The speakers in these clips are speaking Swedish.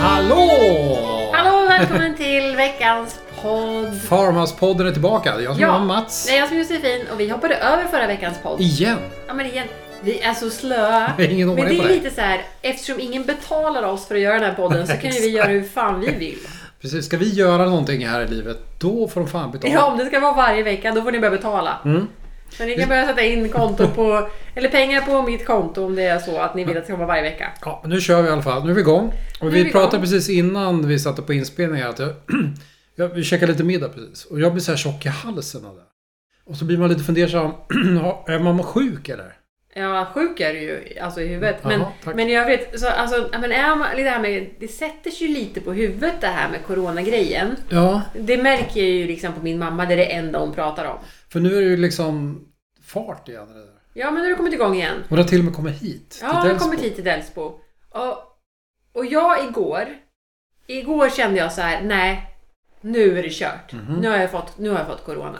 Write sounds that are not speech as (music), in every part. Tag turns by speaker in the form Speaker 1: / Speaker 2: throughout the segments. Speaker 1: Hallå!
Speaker 2: Hallå och välkommen till veckans podd!
Speaker 1: Farmhouse-podden är tillbaka. Jag som ja. var Mats.
Speaker 2: Nej, jag som är Josefin och vi hoppade över förra veckans podd.
Speaker 1: Igen.
Speaker 2: Ja men igen, vi är så slöa.
Speaker 1: Det är ingen
Speaker 2: men det
Speaker 1: ordning på
Speaker 2: är
Speaker 1: det.
Speaker 2: lite så här, eftersom ingen betalar oss för att göra den här podden så kan ju vi göra hur fan vi vill.
Speaker 1: Precis, ska vi göra någonting här i livet, då får de fan betala.
Speaker 2: Ja, om det ska vara varje vecka då får ni börja betala.
Speaker 1: Mm.
Speaker 2: Men ni kan börja sätta in konto på, eller pengar på mitt konto om det är så att ni vill att det ska vara varje vecka.
Speaker 1: Ja, nu kör vi i alla fall. Nu är vi igång.
Speaker 2: är
Speaker 1: Och
Speaker 2: vi
Speaker 1: vi
Speaker 2: igång.
Speaker 1: pratade precis innan vi satte på inspelning här att jag, (clears throat) jag, vi käkade lite middag precis. Och jag blir så här tjock i halsen av det. Och så blir man lite fundersam. (clears throat) Ja, är mamma sjuk eller?
Speaker 2: Ja, sjuk är du ju alltså i huvudet.
Speaker 1: Jaha,
Speaker 2: Men,
Speaker 1: tack.
Speaker 2: men i övrigt, så, alltså, ja, men är man, det, här med, det sätter sig ju lite på huvudet det här med coronagrejen.
Speaker 1: Ja,
Speaker 2: Det märker jag ju liksom på min mamma, det är det enda hon pratar om.
Speaker 1: för nu är det ju liksom fart igen. i Det där.
Speaker 2: Ja, men nu har du kommit igång igen.
Speaker 1: Och det har till och med kommit hit. till
Speaker 2: Ja, jag har
Speaker 1: Delsbo.
Speaker 2: kommit hit till Delsbo. Och, och jag igår, igår kände jag så här, nej, nu är det kört.
Speaker 1: Mhm.
Speaker 2: Nu, har jag fått, nu har jag
Speaker 1: (laughs)
Speaker 2: fått corona.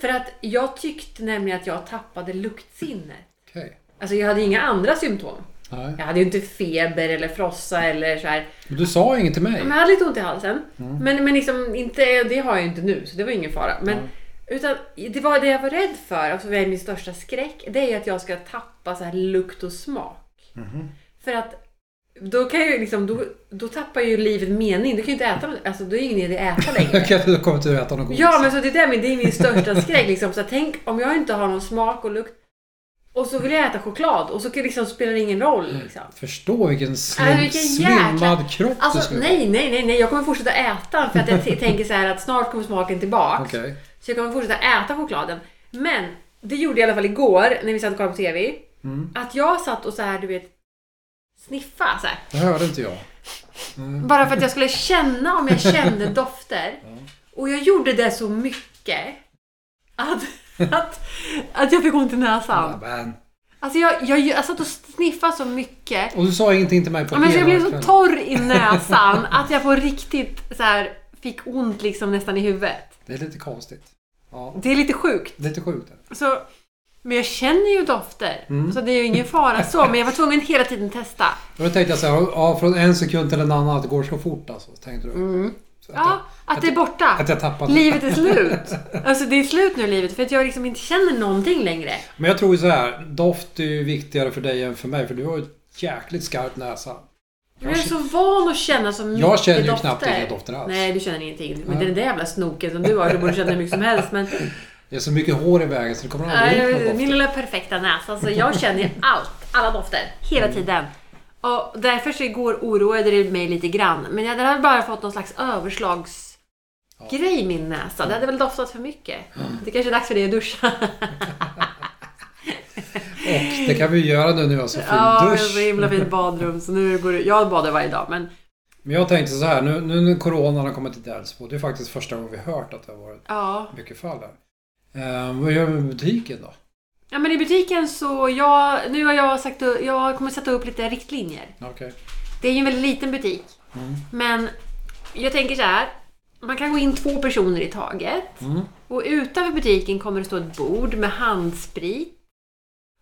Speaker 2: För att jag tyckte nämligen att jag tappade luktsinnet.
Speaker 1: Okej.
Speaker 2: Alltså jag hade inga andra symptom.
Speaker 1: Nej.
Speaker 2: Jag hade ju inte feber eller frossa eller så här.
Speaker 1: Men Du sa inget till mig.
Speaker 2: Men jag hade lite ont i halsen. Men, men liksom inte, det har jag ju inte nu, så det var ingen fara. Men, Utan det, var det jag var rädd för, och som är min största skräck, det är ju att jag ska tappa så här lukt och smak. För att då kan jag ju liksom, då, då tappar ju livet mening. Du kan ju inte äta, alltså då är det ingen idé att äta längre.
Speaker 1: (laughs) Jag kan inte komma till att äta något godis.
Speaker 2: Ja, men så det, där, men det är min största skräck. Liksom. Så här, tänk om jag inte har någon smak och lukt och så vill jag äta choklad och så kan- liksom, spelar det ingen roll. Liksom.
Speaker 1: Förstå vilken, slim,
Speaker 2: Alltså, vilken jäkla-
Speaker 1: slimmad kropp du
Speaker 2: Alltså
Speaker 1: skulle
Speaker 2: nej, nej, nej, nej. Jag kommer fortsätta äta för att jag t- tänker så här att snart kommer smaken tillbaka.
Speaker 1: Okej.
Speaker 2: Så jag kommer fortsätta äta chokladen. Men det gjorde jag i alla fall igår när vi satt och kollade på TV.
Speaker 1: Mm.
Speaker 2: Att jag satt och så här, du vet, sniffa så här.
Speaker 1: Det hörde inte jag. Mm.
Speaker 2: Bara för att jag skulle känna om jag
Speaker 1: (laughs)
Speaker 2: kände dofter. Och jag gjorde det så mycket att, att, att jag fick ont i näsan.
Speaker 1: Nämen.
Speaker 2: Alltså jag, jag, jag satt och sniffade så mycket.
Speaker 1: Och du sa ingenting till mig på
Speaker 2: Ja, men så
Speaker 1: hela
Speaker 2: jag blev så
Speaker 1: kvällen.
Speaker 2: torr i näsan att jag på riktigt så här, fick ont liksom nästan i huvudet.
Speaker 1: Det är lite konstigt. Ja,
Speaker 2: Det är lite sjukt.
Speaker 1: lite sjukt. är det.
Speaker 2: Så, men jag känner ju dofter,
Speaker 1: Mm.
Speaker 2: så det är ju ingen fara så. Men jag var tvungen hela tiden testa.
Speaker 1: Och Då tänkte jag så här, ja, från en sekund till en annan att det går så fort alltså. Tänkte du. Så att,
Speaker 2: Mm. Ja, att det är borta.
Speaker 1: jag, att jag tappade.
Speaker 2: Livet är
Speaker 1: (laughs)
Speaker 2: slut. Alltså det är slut nu livet, för att jag liksom inte känner någonting längre.
Speaker 1: Men jag tror ju så här, doft är ju viktigare för dig än för mig. För du har ju ett jäkligt skarp näsa.
Speaker 2: Jag är så van att känna så mycket
Speaker 1: Jag känner ju
Speaker 2: dofter.
Speaker 1: knappt inga dofter alls.
Speaker 2: Nej, du känner ingenting. Men det är den där jävla snoken som du har, du borde känna hur mycket som helst. Men
Speaker 1: Det är så mycket hår i vägen så det kommer aldrig
Speaker 2: Nej,
Speaker 1: ut någon doft.
Speaker 2: min lilla perfekta näsa. Så jag
Speaker 1: (laughs)
Speaker 2: känner ju allt, alla dofter, hela
Speaker 1: Mm.
Speaker 2: tiden. Och därför så igår oroade det mig lite grann. Men jag hade väl bara fått någon slags överslagsgrej i min näsa.
Speaker 1: Mm.
Speaker 2: Det hade väl doftat för mycket. Det kanske är dags för dig att duscha.
Speaker 1: Och det kan vi ju göra nu när vi har så fin
Speaker 2: Ja, det är
Speaker 1: dusch.
Speaker 2: så himla fint badrum. Så nu går det, jag badar varje dag, men
Speaker 1: Men jag tänkte så här, nu, nu när coronan har kommit till Delsbo, det är faktiskt första gången vi hört att det har varit
Speaker 2: ja.
Speaker 1: mycket fall där. Eh, vad gör vi med butiken då?
Speaker 2: Ja, men i butiken så jag, nu har jag sagt jag kommer sätta upp lite riktlinjer.
Speaker 1: Okej.
Speaker 2: Det är ju en väldigt liten butik.
Speaker 1: Mm.
Speaker 2: Men jag tänker så här. Man kan gå in två personer i taget.
Speaker 1: Mm.
Speaker 2: Och utanför butiken kommer det stå ett bord med handsprit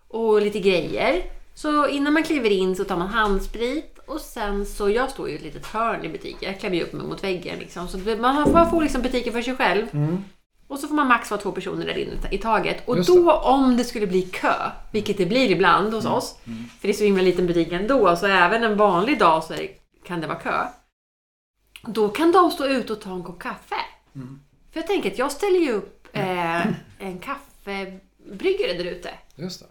Speaker 2: och lite grejer. Så innan man kliver in så tar man handsprit och sen så, jag står ju i ett litet hörn i butiken, jag klämmer ju upp mig mot väggen liksom. Så det- man får- man får liksom butiken för sig själv.
Speaker 1: Mm.
Speaker 2: Och så får man max vara två personer där inne i taget. Och
Speaker 1: Just
Speaker 2: då om det skulle bli kö, vilket det blir ibland
Speaker 1: Mm.
Speaker 2: hos oss, för det är så himla liten butik ändå, så även en vanlig dag så är det, kan det vara kö. Då kan de stå ute och ta en kopp kaffe. För jag tänker att jag ställer ju upp
Speaker 1: Mm.
Speaker 2: eh, en kaffebryggare där ute.
Speaker 1: Just det.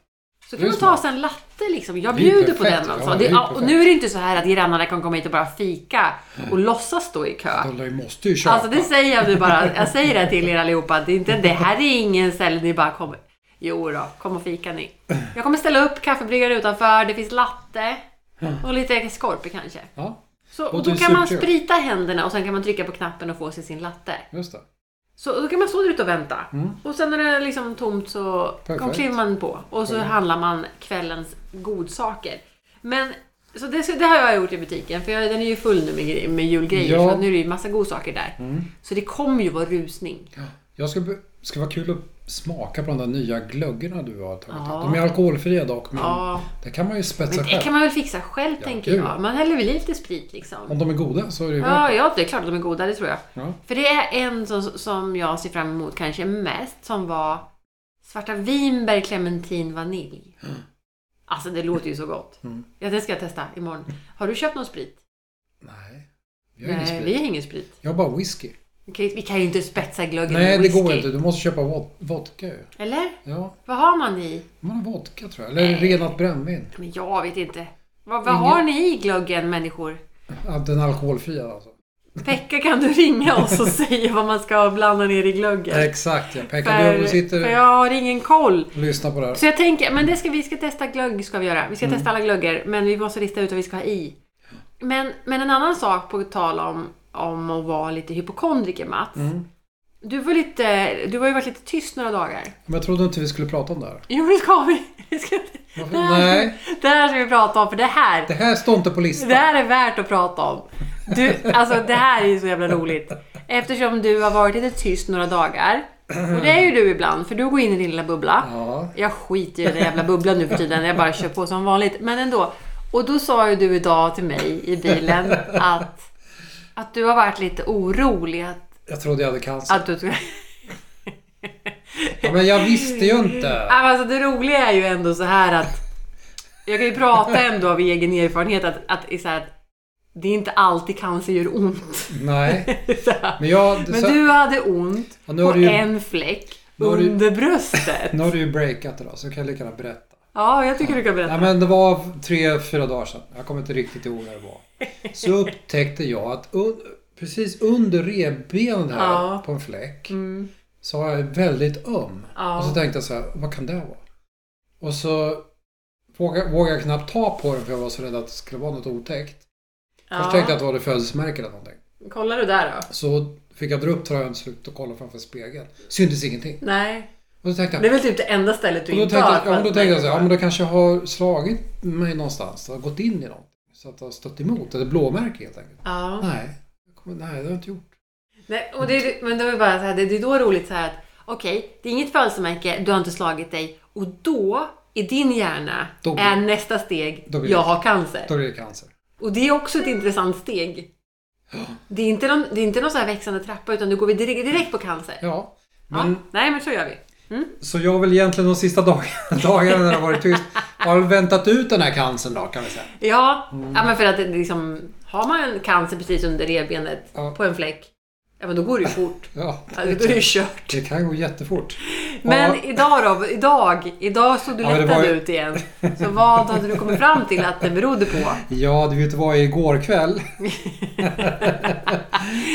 Speaker 2: Så
Speaker 1: Det
Speaker 2: kan
Speaker 1: är
Speaker 2: man ta
Speaker 1: smart. sig
Speaker 2: sig en latte liksom. Jag
Speaker 1: Det är ju
Speaker 2: bjuder på
Speaker 1: perfekt.
Speaker 2: den alltså.
Speaker 1: Ja, det
Speaker 2: det,
Speaker 1: är ju
Speaker 2: ja, och
Speaker 1: perfekt.
Speaker 2: nu är det inte så här att grannarna kan komma hit och bara fika och låtsas stå i kö.
Speaker 1: De lär ju- måste ju köpa.
Speaker 2: Alltså det säger jag nu bara. Jag säger det till er allihopa. Det, är inte, det här är ingen ställe ni bara kommer... Jo då, kom och fika ni. Jag kommer ställa upp kaffebryggare utanför. Det finns latte. Och lite skorpor kanske.
Speaker 1: Ja,
Speaker 2: Så,
Speaker 1: Och
Speaker 2: och då
Speaker 1: du
Speaker 2: kan man
Speaker 1: superkör.
Speaker 2: sprita händerna och sen kan man trycka på knappen och få sig sin latte.
Speaker 1: just det.
Speaker 2: Så då kan man stå där ute och vänta.
Speaker 1: Mm.
Speaker 2: Och sen när det är liksom tomt så
Speaker 1: Perfekt.
Speaker 2: kom- kliver man på och så handlar man kvällens godsaker. Men Så det, ska- det har jag gjort i butiken, för jag, den är ju full nu med, gre- med julgrejer.
Speaker 1: Ja. Mm.
Speaker 2: Så nu är det ju massa godsaker där. Så det kommer ju vara rusning.
Speaker 1: Jag ska, be- ska vara kul att smaka på de där nya glöggerna du har tagit
Speaker 2: Ja.
Speaker 1: upp. De är alkoholfria dock, men
Speaker 2: Ja.
Speaker 1: det kan man ju spetsa
Speaker 2: Men det
Speaker 1: själv.
Speaker 2: kan man väl fixa själv, tänker
Speaker 1: gud.
Speaker 2: jag. Man häller väl i lite sprit liksom.
Speaker 1: Om de är goda så är det ju värt
Speaker 2: Ja, ja, det är klart att de är goda, det tror jag.
Speaker 1: Ja.
Speaker 2: För det är en som, som jag ser fram emot kanske mest, som var svarta vinbär, clementin, vanilj. Alltså, det låter ju så gott.
Speaker 1: Mm.
Speaker 2: Ja, det ska jag testa imorgon. Har du köpt någon sprit?
Speaker 1: Nej, vi har ingen
Speaker 2: Nej,
Speaker 1: sprit.
Speaker 2: vi har ingen sprit.
Speaker 1: Jag har bara whisky.
Speaker 2: Vi kan, ju- vi kan ju inte spetsa glöggen
Speaker 1: Nej,
Speaker 2: med
Speaker 1: det
Speaker 2: whisky.
Speaker 1: går inte. Du måste köpa vod- vodka ju.
Speaker 2: Eller?
Speaker 1: Ja,
Speaker 2: Vad har man i?
Speaker 1: man har vodka tror jag. Eller renat brännvin.
Speaker 2: Men jag vet inte. Vad, vad har ni i glöggen, människor?
Speaker 1: Ja, Den alkoholfria alltså.
Speaker 2: Pekka, kan du ringa oss och (laughs) säga vad man ska blanda ner i glöggen?
Speaker 1: Exakt ja. Pekka,
Speaker 2: För,
Speaker 1: du sitter
Speaker 2: för
Speaker 1: och
Speaker 2: jag har ingen koll.
Speaker 1: lyssnar på det här.
Speaker 2: Så jag tänker, men det ska, vi ska testa glögg ska vi göra. Vi ska testa alla glöggar, men vi måste lista ut vad vi ska ha i. Men, men en annan sak på tal om, om att vara lite hypokondriker, Mats.
Speaker 1: Mm.
Speaker 2: Du, var lite, du har ju varit lite tyst några dagar.
Speaker 1: Men jag trodde inte vi skulle prata om det här.
Speaker 2: Jo, det ska vi. Det, ska,
Speaker 1: Varför?
Speaker 2: det, här,
Speaker 1: Nej,
Speaker 2: det här ska vi prata om, för det här,
Speaker 1: det här står inte på listan.
Speaker 2: det här är värt att prata om. Du, alltså det här är ju så jävla roligt. Eftersom du har varit lite tyst några dagar. Och det är ju du ibland, för du går in i din lilla bubbla.
Speaker 1: Ja.
Speaker 2: Jag skiter ju i den jävla bubblan nu för tiden. Jag bara kör på som vanligt. Men ändå. Och då sa ju du idag till mig i bilen att, att du har varit lite orolig. Att,
Speaker 1: Jag trodde jag hade cancer.
Speaker 2: att du skulle...
Speaker 1: Ja, men jag visste ju inte.
Speaker 2: Alltså det roliga är ju ändå så här att... Jag kan ju prata ändå av egen erfarenhet att, att, det är så här, att det är inte alltid cancer gör ont.
Speaker 1: Nej.
Speaker 2: (laughs) Så här.
Speaker 1: Men, jag,
Speaker 2: Men
Speaker 1: så,
Speaker 2: du hade ont
Speaker 1: Ja,
Speaker 2: på
Speaker 1: nu har du ju-
Speaker 2: en fläck
Speaker 1: nu har du-
Speaker 2: under bröstet.
Speaker 1: nu har du ju breakat idag så kan jag lika gärna berätta.
Speaker 2: Ja, jag tycker du kan
Speaker 1: Nej,
Speaker 2: berätta.
Speaker 1: men det var tre, fyra dagar sedan. Jag kommer inte riktigt ihåg när det var. Så upptäckte jag att un, precis under revbenet här
Speaker 2: Ja.
Speaker 1: på en fläck
Speaker 2: Mm.
Speaker 1: så var jag väldigt öm.
Speaker 2: Ja.
Speaker 1: Och så tänkte jag så här, vad kan Alltså, det vara? Och så vågade, vågade jag knappt ta på den för jag var så rädd att det skulle vara något otäckt. Först tänkte jag att det var det födelsemärke eller någonting.
Speaker 2: Kollar du där då?
Speaker 1: Så fick jag dra upp tröjan slut och kolla framför spegeln. Syntes ingenting.
Speaker 2: Nej.
Speaker 1: Och då tänkte jag,
Speaker 2: Det är väl typ det enda stället du
Speaker 1: Och då
Speaker 2: inte
Speaker 1: tänkte,
Speaker 2: har
Speaker 1: jag- ja, men då
Speaker 2: varit
Speaker 1: tänkte jag så
Speaker 2: med
Speaker 1: här, ja,
Speaker 2: på.
Speaker 1: men då kanske jag har slagit mig någonstans. Jag har gått in i någonting. Så att jag har stött emot. Eller blåmärke helt enkelt.
Speaker 2: Ja.
Speaker 1: Nej, jag kommer, nej det har jag inte gjort.
Speaker 2: Nej, och det, är- men det är bara så här, det det är då roligt så här att okej, det är inget födelsemärke, du har inte slagit dig och då i din hjärna
Speaker 1: Då blir-
Speaker 2: är nästa steg
Speaker 1: då blir det-
Speaker 2: jag har cancer.
Speaker 1: Då är det cancer.
Speaker 2: Och det är också ett intressant
Speaker 1: (gasps)
Speaker 2: steg. Det är inte någon, det är inte någon så här växande trappa utan nu går vi direkt, direkt på cancer.
Speaker 1: Ja.
Speaker 2: Ja,
Speaker 1: Men,
Speaker 2: nej men så gör vi. Mm.
Speaker 1: Så jag har väl egentligen de sista dag, (laughs) dagarna när det har varit tyst. Jag har väntat ut den här cancern då kan vi säga.
Speaker 2: Ja,
Speaker 1: Mm.
Speaker 2: ja, men för att det är liksom, har man en cancer precis under revbenet
Speaker 1: Ja.
Speaker 2: på en fläck, ja men då går det
Speaker 1: (laughs)
Speaker 2: ju fort.
Speaker 1: Ja,
Speaker 2: Alltså, då är det ju kört.
Speaker 1: det kan gå jättefort. Ja,
Speaker 2: Men idag då? Idag, idag såg du
Speaker 1: Ja, det
Speaker 2: lättad
Speaker 1: var ju-
Speaker 2: ut igen. Så vad hade du kommit fram till att det berodde på?
Speaker 1: ja, du vet vad igår
Speaker 2: (laughs)
Speaker 1: kväll.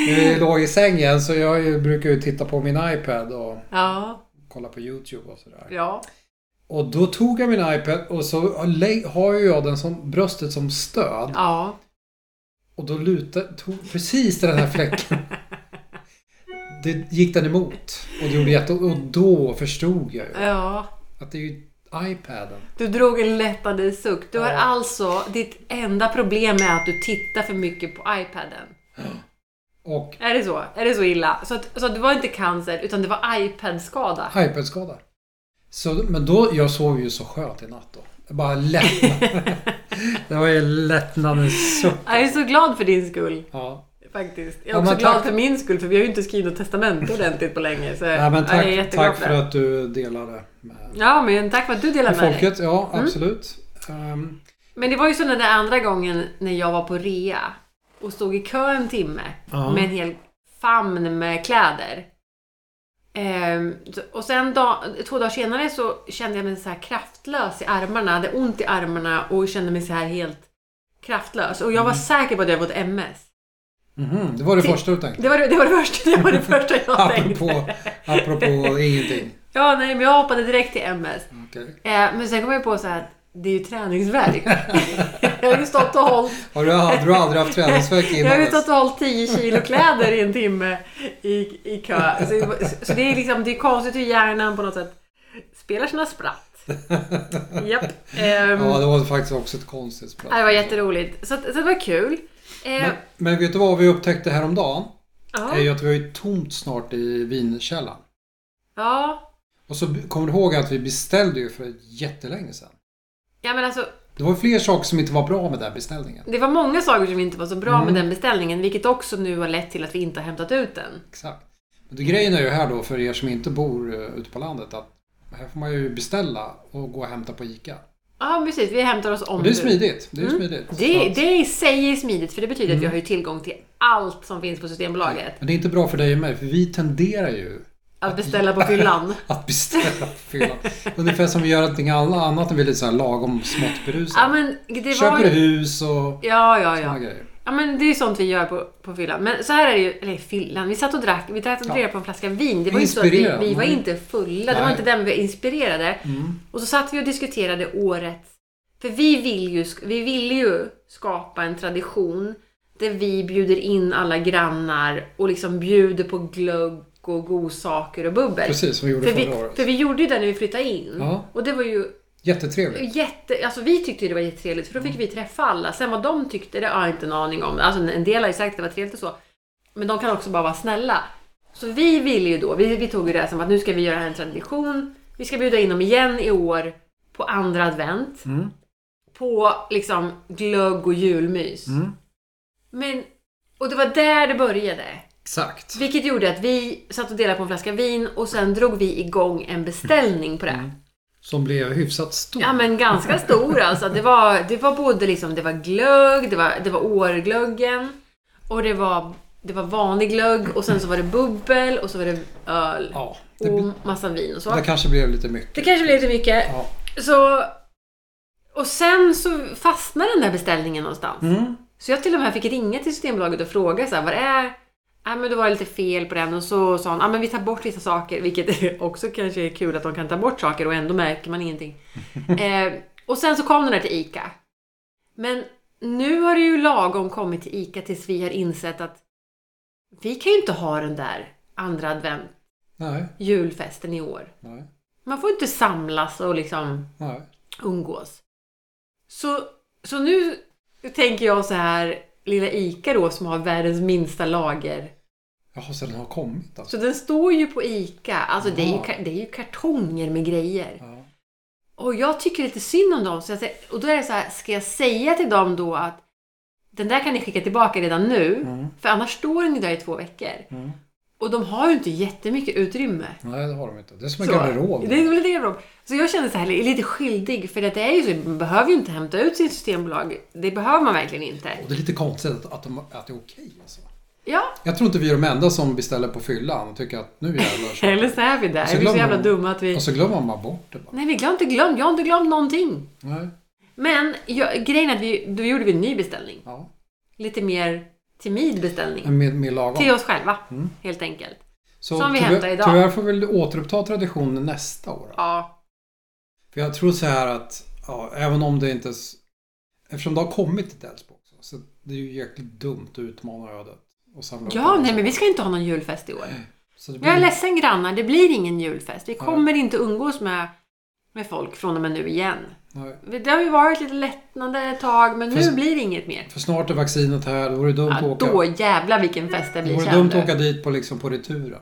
Speaker 1: jag låg i sängen så jag ju- brukar ju titta på min iPad och
Speaker 2: Ja,
Speaker 1: kolla på YouTube och sådär.
Speaker 2: ja.
Speaker 1: Och då tog jag min iPad och så lä- har ju jag den som bröstet som stöd.
Speaker 2: ja.
Speaker 1: Och då lutade, tog precis den här
Speaker 2: (laughs)
Speaker 1: fläcken. Det gick den emot. Och det gjorde jätte- Och då förstod jag ju
Speaker 2: ja.
Speaker 1: att det är ju iPaden.
Speaker 2: Du drog en lättandets suck. Du har
Speaker 1: Ja.
Speaker 2: alltså, ditt enda problem är att du tittar för mycket på iPaden.
Speaker 1: Och
Speaker 2: Är det så? Är det så illa? Så, att, så att det var inte cancer, utan det var iPad-skada.
Speaker 1: iPad-skada. Så, men då, jag sov ju så skönt i natt då. Jag Bara lättnad.
Speaker 2: (laughs)
Speaker 1: det var ju lättnadens suck.
Speaker 2: Jag är så glad för din skull,
Speaker 1: Ja.
Speaker 2: faktiskt. Jag
Speaker 1: Ja,
Speaker 2: är också
Speaker 1: men
Speaker 2: glad
Speaker 1: tack-
Speaker 2: för min skull, för vi har ju inte skrivit något testamente ordentligt på länge. Så
Speaker 1: Nej, men
Speaker 2: jag är
Speaker 1: tack,
Speaker 2: jätteglad
Speaker 1: tack för att du delade med
Speaker 2: Ja, men tack för att du delade med dig.
Speaker 1: folket. Ja, absolut. Ehm,
Speaker 2: Men det var ju så den där andra gången när jag var på rea och stod i kö en timme
Speaker 1: Ja.
Speaker 2: med en hel famn med kläder. Ehm, så- och sen dag, två dagar senare så kände jag mig så här kraftlös i armarna, hade ont i armarna och kände mig så här helt kraftlös. Och jag
Speaker 1: Mm.
Speaker 2: var säker på att jag hade fått MS.
Speaker 1: Mhm, det var det
Speaker 2: Till-
Speaker 1: första du
Speaker 2: (laughs)
Speaker 1: tänkte?
Speaker 2: Det var det, var det, första, det,
Speaker 1: (laughs)
Speaker 2: var det första jag tänkte.
Speaker 1: Apropå, apropå ingenting.
Speaker 2: Ja, nej, men jag hoppade direkt till MS.
Speaker 1: Okej.
Speaker 2: Ehm, men sen kom jag på så här att det är
Speaker 1: (laughs)
Speaker 2: ju träningsvärk. jag har ju stått och hållit
Speaker 1: Har du, har du aldrig haft träningsvärk
Speaker 2: Jag har
Speaker 1: innan?
Speaker 2: ju
Speaker 1: dess?
Speaker 2: stått och hållit 10 kilo kläder i en timme i, i kö. Så, så det är liksom, det är konstigt hur hjärnan på något sätt spelar sina spratt.
Speaker 1: (laughs)
Speaker 2: Japp. Ehm,
Speaker 1: Ja, det var faktiskt också ett konstigt språk.
Speaker 2: det var jätteroligt. Så, att- så det var kul. Ehm,
Speaker 1: Men, men vet du vad vi upptäckte häromdagen? Är ju
Speaker 2: ja.
Speaker 1: att vi har ju tomt snart i vinkällaren.
Speaker 2: ja.
Speaker 1: Och så b- kommer du ihåg att vi beställde ju för jättelänge sedan.
Speaker 2: Ja men alltså,
Speaker 1: Det var fler saker som inte var bra med den här beställningen.
Speaker 2: det var många saker som inte var så bra
Speaker 1: Mm.
Speaker 2: med den beställningen, vilket också nu har lett till att vi inte har hämtat ut den.
Speaker 1: Exakt. Men det, grejen är ju här då för er som inte bor eh, ute på landet att här får man ju beställa och gå och hämta på ICA.
Speaker 2: Ja, precis. Vi hämtar oss om
Speaker 1: Och det är
Speaker 2: nu.
Speaker 1: smidigt. Det är smidigt. Så
Speaker 2: Mm. Det,
Speaker 1: att- Mm.
Speaker 2: det i sig är smidigt för det betyder att vi har ju tillgång till allt som finns på Systembolaget.
Speaker 1: Men det är inte bra för dig och mig för vi tenderar ju
Speaker 2: Att beställa på
Speaker 1: (laughs)
Speaker 2: fyllan.
Speaker 1: att beställa på fyllan. Ungefär som vi gör någonting alla- annat när vi är lite så här lagom smått berusade.
Speaker 2: Ja, men det var...
Speaker 1: Köper hus och
Speaker 2: Ja, ja,
Speaker 1: såna
Speaker 2: ja.
Speaker 1: grejer.
Speaker 2: Ja, men det är ju sånt vi gör på, på fyllan. Men så här är det ju, eller fyllan, vi satt och drack, vi drack och drack på en flaska vin. Det var ju inte så att vi,
Speaker 1: Inspirerad.
Speaker 2: vi var
Speaker 1: Mm.
Speaker 2: inte fulla, det var
Speaker 1: Nej. Mm.
Speaker 2: inte den vi var inspirerade. Och så satt vi och diskuterade året. För vi vill ju, sk- vi vill ju skapa en tradition där vi bjuder in alla grannar och liksom bjuder på glögg och godsaker och bubbel.
Speaker 1: Precis som vi gjorde
Speaker 2: För
Speaker 1: förra
Speaker 2: vi,
Speaker 1: året.
Speaker 2: för vi gjorde ju det när vi flyttade in.
Speaker 1: Ja.
Speaker 2: Och det var ju
Speaker 1: Jättetrevligt.
Speaker 2: Jätte, alltså vi tyckte ju det var jättetrevligt för då fick vi träffa alla. Sen vad de tyckte, det har jag inte en aning om. Alltså en del har ju sagt att det var trevligt och så. Men de kan också bara vara snälla. Så vi ville ju då, vi, vi tog ju det här som att nu ska vi göra en tradition. Vi ska bjuda in dem igen i år på andra advent.
Speaker 1: Mm.
Speaker 2: På liksom glögg och julmys.
Speaker 1: Mm.
Speaker 2: Men, och det var där det började.
Speaker 1: Exakt.
Speaker 2: Vilket gjorde att vi satt och delade på en flaska vin och sen drog vi igång en beställning på det.
Speaker 1: Som blev hyfsat stor.
Speaker 2: Ja men ganska stor alltså. Det var, det var både liksom, det var glögg, det var, det var årglöggen och det var, det var vanlig glögg och sen så var det bubbel och så var det öl
Speaker 1: Ja, det,
Speaker 2: och massa vin och så.
Speaker 1: det kanske blev lite mycket.
Speaker 2: Det kanske blev lite mycket.
Speaker 1: Ja.
Speaker 2: Så, och sen så fastnade den där beställningen någonstans.
Speaker 1: Mm.
Speaker 2: Så jag till och med fick ringa till Systembolaget och fråga så här, vad det är Ja men det var lite fel på den och så sa hon, ja men vi tar bort vissa saker, vilket (laughs) också kanske är kul att de kan ta bort saker och ändå märker man ingenting. eh, och sen så kom den där till ICA. Men nu har det ju lagom kommit till ICA tills vi har insett att vi kan ju inte ha den där andra advent,
Speaker 1: Nej,
Speaker 2: julfesten i år.
Speaker 1: nej,
Speaker 2: Man får inte samlas och liksom
Speaker 1: nej.
Speaker 2: umgås. Så, så nu tänker jag så här, lilla ICA då som har världens minsta lager.
Speaker 1: Jaha, så den har kommit alltså.
Speaker 2: Så den står ju på ICA. Alltså det är, ju,
Speaker 1: Ja.
Speaker 2: ka- det är ju kartonger med grejer.
Speaker 1: Ja.
Speaker 2: Och jag tycker lite synd om dem. Så jag säger, och då är det så här, ska jag säga till dem då att den där kan ni skicka tillbaka redan nu.
Speaker 1: Mm.
Speaker 2: För annars står den ju där i två veckor.
Speaker 1: Mm.
Speaker 2: Och de har ju inte jättemycket utrymme.
Speaker 1: Nej, det har de inte. Det är som en
Speaker 2: Så,
Speaker 1: garderob.
Speaker 2: Det är lite garderob. Så jag känner så här lite skyldig för att det är ju så, man behöver ju inte hämta ut sin systembolag. Det behöver man verkligen inte.
Speaker 1: Och det är lite konstigt att, att, de, att det är okej alltså.
Speaker 2: Ja,
Speaker 1: Jag tror inte vi är de enda som beställer på fyllan och tycker att nu
Speaker 2: (laughs)
Speaker 1: jävlar kör vi.
Speaker 2: eller så är vi där.
Speaker 1: Och så
Speaker 2: Vi är så
Speaker 1: glömmer
Speaker 2: jävla
Speaker 1: man-
Speaker 2: dumma att vi...
Speaker 1: Och så glömmer man bort det bara.
Speaker 2: Nej, vi har inte glömt. Jag har inte glömt någonting.
Speaker 1: Nej.
Speaker 2: Men jag, grejen är att vi, då gjorde vi en ny beställning.
Speaker 1: Ja.
Speaker 2: Lite mer timid beställning.
Speaker 1: Med, med lagom.
Speaker 2: Till oss själva,
Speaker 1: Mm.
Speaker 2: helt enkelt.
Speaker 1: Så
Speaker 2: som vi
Speaker 1: tyvärr,
Speaker 2: hämtar idag.
Speaker 1: tyvärr får vi väl återuppta traditionen nästa år.
Speaker 2: Ja,
Speaker 1: För jag tror så här att, ja, även om det inte... s- Eftersom det har kommit till Delsbo också, så det är ju jäkligt dumt att utmana ödet. Och samla upp
Speaker 2: ja
Speaker 1: det.
Speaker 2: nej men vi ska inte ha någon julfest i år.
Speaker 1: Så det blir...
Speaker 2: Jag är ledsen grannar, det blir ingen julfest. Vi kommer inte umgås med, med folk från och med nu igen.
Speaker 1: Nej.
Speaker 2: Det har ju varit lite lättnader ett tag, men nu
Speaker 1: Fast-
Speaker 2: blir det inget mer.
Speaker 1: För snart är vaccinet här, då vore det dumt
Speaker 2: Ja,
Speaker 1: att åka...
Speaker 2: då jävlar vilken fest det
Speaker 1: Det
Speaker 2: blir
Speaker 1: vore dumt
Speaker 2: känner
Speaker 1: att
Speaker 2: du.
Speaker 1: åka dit på, liksom, på returen.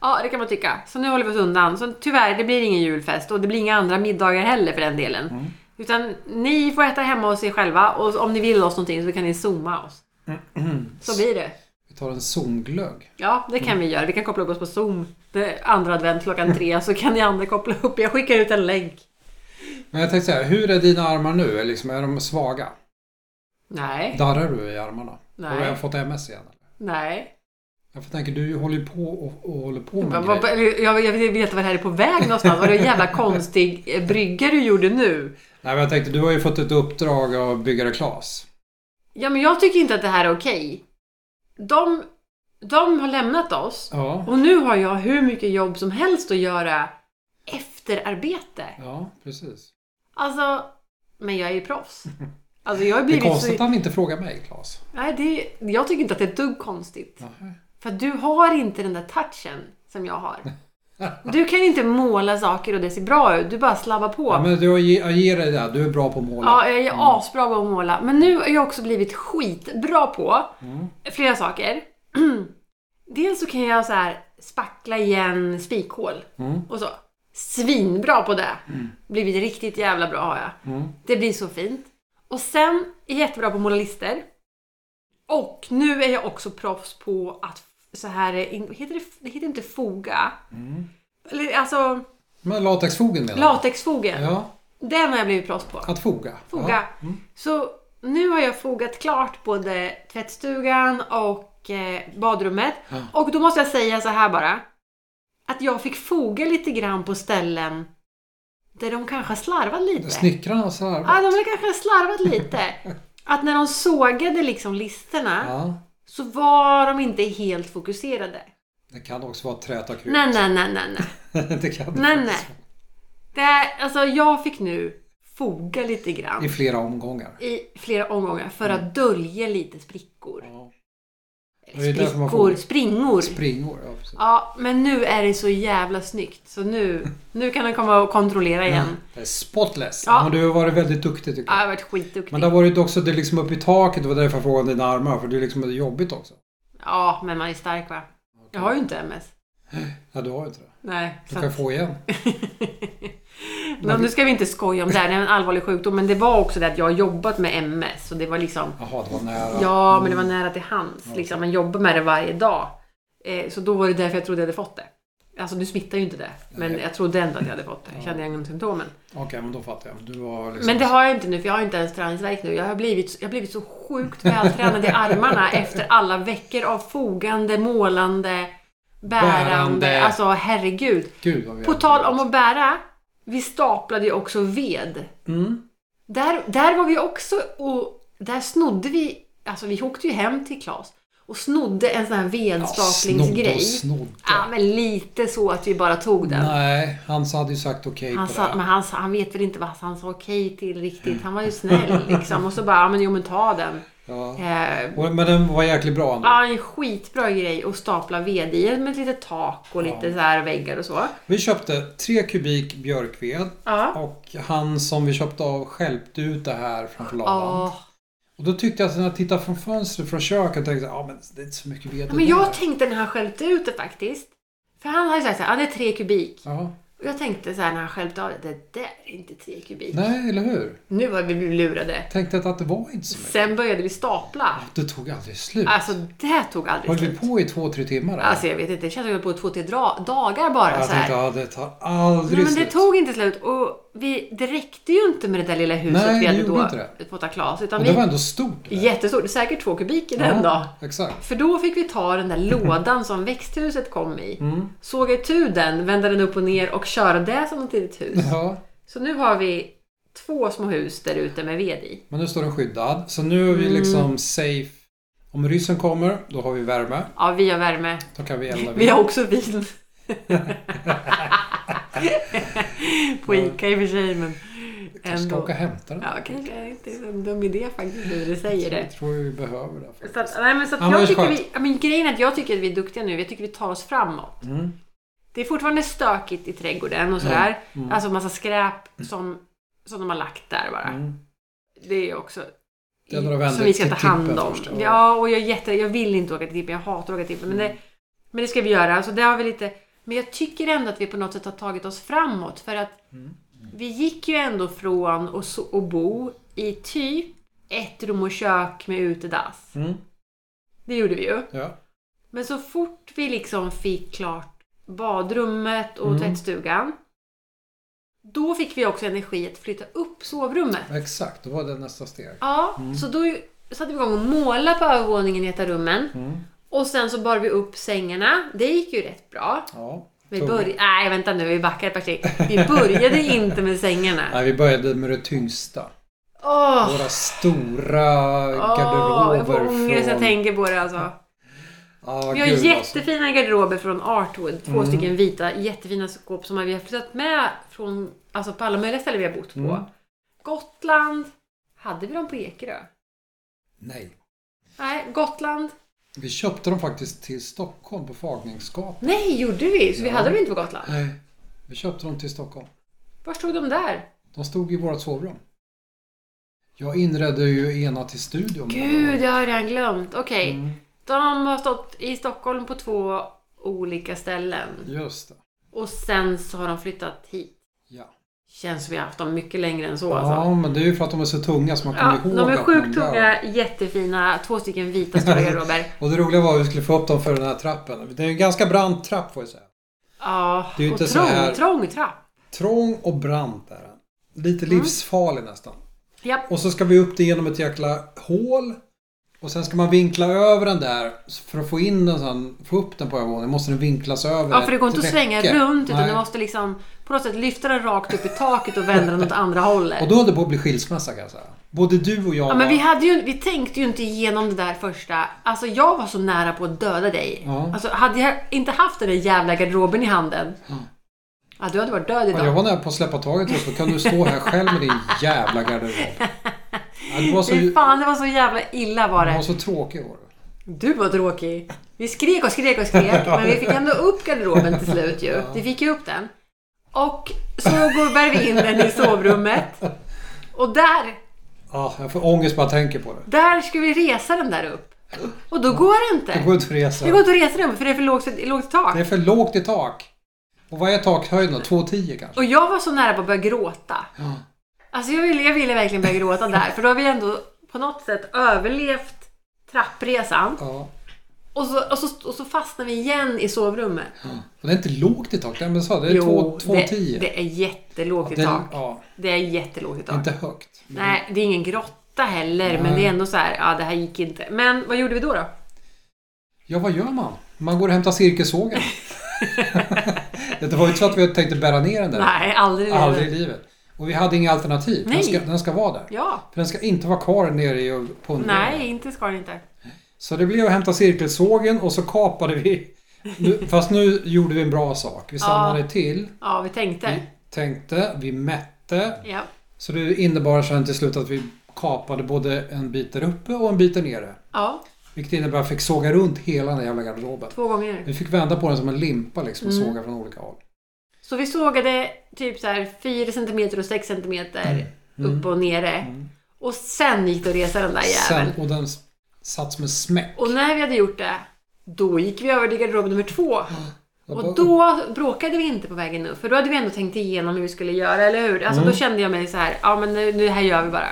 Speaker 2: Ja, det kan man tycka. Så nu håller vi oss undan. Så tyvärr, det blir ingen julfest och det blir inga andra middagar heller för den delen.
Speaker 1: Mm.
Speaker 2: Utan ni får äta hemma hos er själva och om ni vill oss någonting så kan ni zooma
Speaker 1: (clears throat)
Speaker 2: oss. Så blir det.
Speaker 1: Vi tar en zonglögg.
Speaker 2: Ja, det kan vi göra. Vi kan koppla upp oss på zoom. Det är andra advent klockan tre så kan ni andra koppla upp. Jag skickar ut en länk.
Speaker 1: Men jag tänkte så här, hur är dina armar nu? Är, liksom, är de svaga?
Speaker 2: Nej,
Speaker 1: Darrar du i armarna?
Speaker 2: Nej.
Speaker 1: Har jag fått MS igen? Eller?
Speaker 2: nej.
Speaker 1: Jag tänker, du håller ju på och, och håller på med
Speaker 2: Vad- vad-
Speaker 1: grejer.
Speaker 2: eller Jag jag vill veta vad det här är på väg någonstans. Vad det är en jävla konstig eh, brygga du gjorde nu.
Speaker 1: Nej, men jag tänkte, du har ju fått ett uppdrag av byggare Klas.
Speaker 2: Ja, men jag tycker inte att det här är okej. De, de har lämnat oss
Speaker 1: Ja,
Speaker 2: och nu har jag hur mycket jobb som helst att göra efterarbete.
Speaker 1: ja precis.
Speaker 2: Alltså, men jag är ju proffs. Alltså jag har
Speaker 1: Det är
Speaker 2: blivit
Speaker 1: konstigt att
Speaker 2: så...
Speaker 1: han inte frågar mig, Claes.
Speaker 2: Nej, det, jag tycker inte att det är ett dugg konstigt.
Speaker 1: Nej.
Speaker 2: För att du har inte den där touchen som jag har. Du kan inte måla saker och det ser bra ut. Du bara slabbar på.
Speaker 1: Ja, men du jag ger dig det. Du är bra på att måla. Mm.
Speaker 2: Ja, eh. jag är asbra på att måla. Men nu har jag också blivit skitbra på
Speaker 1: Mm.
Speaker 2: flera saker. (clears throat) Dels så kan jag så här spackla igen spikhål
Speaker 1: Mm.
Speaker 2: och så. Svinbra på det! Blivit riktigt jävla bra har jag.
Speaker 1: Mm.
Speaker 2: Det blir så fint. Och sen är jag jättebra på att måla lister. Och nu är jag också proffs på att f- så här, in- vad heter det, det heter inte foga.
Speaker 1: Mm.
Speaker 2: Eller alltså
Speaker 1: Men latexfogen menar jag.
Speaker 2: latexfogen.
Speaker 1: Ja,
Speaker 2: Den har jag blivit proffs på.
Speaker 1: att foga.
Speaker 2: Foga. Så nu har jag fogat klart både tvättstugan och eh, badrummet.
Speaker 1: Ja.
Speaker 2: Och då måste jag säga så här bara. Att jag fick foga lite grann på ställen där de kanske slarvat
Speaker 1: Ja.
Speaker 2: lite.
Speaker 1: Snickrarna så här.
Speaker 2: Ja, de hade kanske slarvat lite. Att när de sågade liksom listerna
Speaker 1: Ja.
Speaker 2: så var de inte helt fokuserade.
Speaker 1: Det kan också vara träta och krut.
Speaker 2: Nej, nej, nej, nej, nej.
Speaker 1: (laughs) det kan det
Speaker 2: Nej,
Speaker 1: faktiskt
Speaker 2: nej. Det, alltså, jag fick nu foga lite grann.
Speaker 1: vara. I flera omgångar.
Speaker 2: i flera omgångar för att dölja lite sprickor.
Speaker 1: Ja.
Speaker 2: Eller
Speaker 1: Det är därför man
Speaker 2: sprickor,
Speaker 1: får-
Speaker 2: springor.
Speaker 1: Springor, ja precis.
Speaker 2: Ja, men nu är det så jävla snyggt. Så nu, nu kan han komma och kontrollera igen.
Speaker 1: Det är spotless.
Speaker 2: Ja.
Speaker 1: Men du har varit väldigt duktig tycker
Speaker 2: Ja, jag
Speaker 1: jag.
Speaker 2: har varit skitduktig.
Speaker 1: Men det har varit också, det är liksom uppe i taket. Det var därför jag frågade om dina armar. För det är liksom jobbigt också.
Speaker 2: Ja, men man är stark va? Jag har ju inte MS.
Speaker 1: Ja, du har ju inte det.
Speaker 2: Nej,
Speaker 1: Du
Speaker 2: så
Speaker 1: kan
Speaker 2: (laughs) att...
Speaker 1: få igen.
Speaker 2: Men nu ska vi inte skoja om det här. Det är en allvarlig sjukdom. Men det var också det att jag har jobbat med MS. Och det var liksom...
Speaker 1: Jaha, det var nära.
Speaker 2: Ja, men det var nära till hands. Liksom. Man jobbar med det varje dag. Eh, Så då var det därför jag trodde jag hade fått det. Alltså nu smittar ju inte det. Men
Speaker 1: Nej.
Speaker 2: jag trodde ändå att jag hade fått det. Jag kände igen symptomen.
Speaker 1: Okej, men då fattar jag. Du var liksom...
Speaker 2: Men det har jag inte nu, för jag har inte ens träningsvärk nu. Jag har blivit, jag har blivit så sjukt vältränad
Speaker 1: (laughs)
Speaker 2: i armarna efter alla veckor av fogande, målande, bärande.
Speaker 1: Bärande.
Speaker 2: Alltså herregud.
Speaker 1: Gud vad vi
Speaker 2: På
Speaker 1: har-
Speaker 2: tal om att bära. Vi staplade ju också ved.
Speaker 1: Mm.
Speaker 2: Där, där var vi också och där snodde vi, alltså vi åkte ju hem till Klas och snodde en sån här
Speaker 1: Ja,
Speaker 2: vedstaplingsgrej.
Speaker 1: snodde och snodde.
Speaker 2: Ja, men lite så att vi bara tog den.
Speaker 1: Nej, han hade ju sagt okej
Speaker 2: Han
Speaker 1: på
Speaker 2: sa,
Speaker 1: det.
Speaker 2: men han, sa- han vet väl inte vad han sa okej till riktigt. Han var ju snäll liksom. Och så bara, ja men jo men ta den.
Speaker 1: Ja.
Speaker 2: Eh,
Speaker 1: Och- Men den var jäkligt bra ändå.
Speaker 2: ja, en skitbra grej att stapla ved i med ett litet tak och lite så här väggar och så.
Speaker 1: Vi köpte tre kubik björkved
Speaker 2: Ja.
Speaker 1: och han som vi köpte av skälpte ut det här framför ladan.
Speaker 2: Ja.
Speaker 1: Och då tyckte jag att när jag tittade från fönstret från köket tänkte jag ah, men det är inte så mycket ved.
Speaker 2: Men
Speaker 1: i det här."
Speaker 2: jag tänkte när han skällde ut det faktiskt. För han har ju sagt så här, han är tre kubik.
Speaker 1: Ja.
Speaker 2: Och jag tänkte så här när han skällde av det, det där är inte tre kubik.
Speaker 1: Nej, eller hur?
Speaker 2: Nu har vi blivit lurade.
Speaker 1: Tänkte att det var inte så mycket.
Speaker 2: Sen började vi stapla.
Speaker 1: Det tog aldrig slut.
Speaker 2: Alltså det tog aldrig
Speaker 1: Höll vi
Speaker 2: slut.
Speaker 1: på i två, tre timmar? eller?
Speaker 2: Alltså jag vet inte, det känns som att vi höll på i två, tre dra- dagar bara
Speaker 1: jag
Speaker 2: så här.
Speaker 1: tänkte ah, det tar aldrig
Speaker 2: Nej, men det
Speaker 1: slut.
Speaker 2: tog inte slut och vi, det räckte ju inte med det där lilla huset
Speaker 1: Nej, det
Speaker 2: vi hade
Speaker 1: gjorde
Speaker 2: då
Speaker 1: inte det.
Speaker 2: på Taklas. Utan
Speaker 1: Och
Speaker 2: vi,
Speaker 1: det var ändå stort. det där.
Speaker 2: jättestort, säkert två kubiker den dag.
Speaker 1: Exakt.
Speaker 2: För då fick vi
Speaker 1: (clears throat)
Speaker 2: ta den där lådan som växthuset kom i,
Speaker 1: Mm.
Speaker 2: såga itu den, vända den upp och ner och köra det som ett litet
Speaker 1: (laughs)
Speaker 2: hus.
Speaker 1: Ja.
Speaker 2: Så nu har vi två små hus där ute med ved i.
Speaker 1: Men nu står den skyddad. Så nu är vi
Speaker 2: Mm.
Speaker 1: liksom safe. Om ryssen kommer, då har vi värme.
Speaker 2: Ja, vi har värme.
Speaker 1: Då kan vi elda
Speaker 2: Vi
Speaker 1: vid.
Speaker 2: har
Speaker 1: (laughs)
Speaker 2: också vin. På Ica i och för sig, men
Speaker 1: Kanske ska
Speaker 2: ändå.
Speaker 1: åka och hämta den.
Speaker 2: Ja, kanske är inte så dum idé faktiskt nu när du säger det.
Speaker 1: Jag tror vi behöver det. faktiskt.
Speaker 2: Så att, nej, men så att
Speaker 1: Ja, men
Speaker 2: jag
Speaker 1: det är
Speaker 2: tycker
Speaker 1: skönt.
Speaker 2: vi, ja, men grejen är att jag tycker att vi är duktiga nu. Jag tycker vi tar oss framåt.
Speaker 1: Mm.
Speaker 2: Det är fortfarande stökigt i trädgården och sådär.
Speaker 1: Mm.
Speaker 2: Alltså massa skräp som, som de har lagt där bara.
Speaker 1: Mm.
Speaker 2: Det är ju också
Speaker 1: Det är några vänner
Speaker 2: som vi ska
Speaker 1: till
Speaker 2: ta hand
Speaker 1: tippen
Speaker 2: om.
Speaker 1: först, ja. Mm.
Speaker 2: Ja, och jag, är jätte, jag vill inte åka till tippen. Jag hatar att åka till tippen. Men, det, men det ska vi göra. Alltså, det har vi lite, men jag tycker ändå att vi på något sätt har tagit oss framåt. För att
Speaker 1: Mm.
Speaker 2: vi gick ju ändå från att so- att bo i typ ett rum och kök med utedass.
Speaker 1: Mm.
Speaker 2: Det gjorde vi ju.
Speaker 1: Ja.
Speaker 2: Men så fort vi liksom fick klart badrummet och
Speaker 1: Mm.
Speaker 2: tvättstugan. Då fick vi också energi att flytta upp sovrummet.
Speaker 1: Exakt, då var det nästa steg.
Speaker 2: Ja,
Speaker 1: Mm.
Speaker 2: så då satte vi igång och måla på övervåningen i ett av rummen.
Speaker 1: Mm.
Speaker 2: Och sen så bar vi upp sängarna. Det gick ju rätt bra.
Speaker 1: Ja.
Speaker 2: Vi
Speaker 1: Tung.
Speaker 2: började... Nej, vänta nu, vi backar ett par steg. Vi
Speaker 1: (laughs)
Speaker 2: började inte med sängarna.
Speaker 1: Nej, vi började med det tyngsta.
Speaker 2: Åh,
Speaker 1: Våra stora
Speaker 2: åh, jag får
Speaker 1: garderober
Speaker 2: ångest när jag
Speaker 1: från...
Speaker 2: tänker på det alltså.
Speaker 1: ah,
Speaker 2: Vi har
Speaker 1: gud, alltså. Mm.
Speaker 2: jättefina garderober från Artwood. Två stycken vita jättefina skåp som vi har flyttat med från, alltså på alla möjliga ställen vi har bott på.
Speaker 1: Mm.
Speaker 2: Gotland. Hade vi dem på Ekerö?
Speaker 1: Nej.
Speaker 2: Nej, Gotland.
Speaker 1: Vi köpte dem faktiskt till Stockholm på Fagningsgatan.
Speaker 2: Nej, gjorde vi? Så vi
Speaker 1: Ja.
Speaker 2: hade dem inte på Gotland?
Speaker 1: Nej, vi köpte dem till Stockholm.
Speaker 2: Var stod de där?
Speaker 1: De stod i vårt sovrum. Jag inredde ju ena till studion.
Speaker 2: Gud, jag har redan glömt. Okej.
Speaker 1: Mm,
Speaker 2: De har stått i Stockholm på två olika ställen.
Speaker 1: just det.
Speaker 2: Och sen så har de flyttat hit.
Speaker 1: Ja.
Speaker 2: Känns som vi har haft dem mycket längre än så alltså.
Speaker 1: ja, men det är ju för att de är så tunga så man kommer
Speaker 2: Ja,
Speaker 1: ihåg
Speaker 2: de är
Speaker 1: att
Speaker 2: sjukt
Speaker 1: man-
Speaker 2: tunga, jättefina. Två stycken vita
Speaker 1: (laughs)
Speaker 2: stora garderober.
Speaker 1: Och det roliga var att vi skulle få upp dem för den här trappen. Det är en ganska brant trapp får jag säga.
Speaker 2: Ja,
Speaker 1: Det är ju
Speaker 2: och
Speaker 1: inte så
Speaker 2: trång,
Speaker 1: här-
Speaker 2: trång trapp.
Speaker 1: Trång och brant är den. Lite
Speaker 2: Mm.
Speaker 1: livsfarlig nästan.
Speaker 2: Japp.
Speaker 1: Och så ska vi upp det genom ett jäkla hål. Och sen ska man vinkla över den där. För att få in den sen, få upp den på övervåningen måste den vinklas över.
Speaker 2: Ja, för det går inte att
Speaker 1: ett
Speaker 2: svänga
Speaker 1: räcke.
Speaker 2: runt utan
Speaker 1: Nej.
Speaker 2: du måste liksom på något sätt lyfta den rakt upp i taket och vända den åt andra
Speaker 1: (laughs)
Speaker 2: hållet.
Speaker 1: Och då höll det på att bli skilsmässa kan jag säga. Både du och jag
Speaker 2: Ja, men
Speaker 1: var-
Speaker 2: vi, hade ju, vi tänkte ju inte igenom det där första. Alltså jag var så nära på att döda dig.
Speaker 1: Ja.
Speaker 2: Alltså hade jag inte haft den där jävla garderoben i handen. Ja, du hade varit död
Speaker 1: Ja, Jag
Speaker 2: idag.
Speaker 1: var nära på att släppa taget och så kan du stå här själv med din jävla garderob.
Speaker 2: (laughs)
Speaker 1: Ja, du var så,
Speaker 2: Fy fan, det var så jävla illa var
Speaker 1: du var
Speaker 2: det.
Speaker 1: så tråkig var du.
Speaker 2: Du var tråkig. Vi skrek och skrek och skrek. men vi fick ändå upp garderoben till slut ju. Vi fick ju upp den. Och så går bär vi in den i sovrummet. Och där,
Speaker 1: Ja, jag får ångest bara jag tänker på det.
Speaker 2: där ska vi resa den där upp. Och då går det
Speaker 1: Det
Speaker 2: inte.
Speaker 1: går inte att resa.
Speaker 2: Det går inte att resa den upp för det är för lågt, lågt tak.
Speaker 1: Det är för lågt i tak. Och vad är takhöjden då? 2,10 kanske?
Speaker 2: Och jag var så nära på att börja gråta.
Speaker 1: Ja.
Speaker 2: Alltså jag ville, jag ville verkligen börja gråta där. För då har vi ändå på något sätt överlevt trappresan.
Speaker 1: ja.
Speaker 2: Och så, och så, och så fastnar vi igen i sovrummet.
Speaker 1: Och det är inte lågt i tak. Det är, men så, det är 2,10.
Speaker 2: det, det är jättelågt i
Speaker 1: Det-
Speaker 2: tak.
Speaker 1: Ja,
Speaker 2: Det är jättelågt i tak.
Speaker 1: inte högt. Men
Speaker 2: Nej, det är ingen grotta heller. Men
Speaker 1: Nej.
Speaker 2: det är ändå så här, ja det här gick inte. Men vad gjorde vi då då?
Speaker 1: Ja, vad gör man? Man går och hämtar
Speaker 2: (laughs)
Speaker 1: cirkelsågen. (laughs) det var ju inte så att vi tänkte bära ner den där.
Speaker 2: Nej, aldrig.
Speaker 1: Aldrig i livet. Och vi hade inga alternativ. Den
Speaker 2: Nej.
Speaker 1: ska, den ska vara där.
Speaker 2: Ja.
Speaker 1: För den ska inte vara kvar nere i på undervåningen.
Speaker 2: Nej, inte ska det inte.
Speaker 1: Så det blev att hämta cirkelsågen och så kapade vi. Nu, fast nu gjorde vi en bra sak. Vi stannade till.
Speaker 2: Ja, vi tänkte.
Speaker 1: Vi tänkte, vi mätte.
Speaker 2: Ja.
Speaker 1: Så det innebar sen till slut att vi kapade både en bit där uppe och en bit där nere.
Speaker 2: ja,
Speaker 1: Vilket innebär att vi fick såga runt hela den jävla garderoben.
Speaker 2: två gånger.
Speaker 1: Vi fick vända på den som en limpa liksom och
Speaker 2: Mm.
Speaker 1: såga från olika håll.
Speaker 2: Så vi sågade typ så här 4 cm och 6 cm
Speaker 1: Mm.
Speaker 2: upp och nere. Och sen gick det att resa den där jäveln.
Speaker 1: Sen, och den s- satt som en smäck.
Speaker 2: Och när vi hade gjort det, då gick vi över till garderob nummer två.
Speaker 1: Jag bara,
Speaker 2: Och då bråkade vi inte på vägen upp. För då hade vi ändå tänkt igenom hur vi skulle göra, eller hur?
Speaker 1: Mm.
Speaker 2: Alltså då kände jag mig så här, ja men nu, nu här gör vi bara.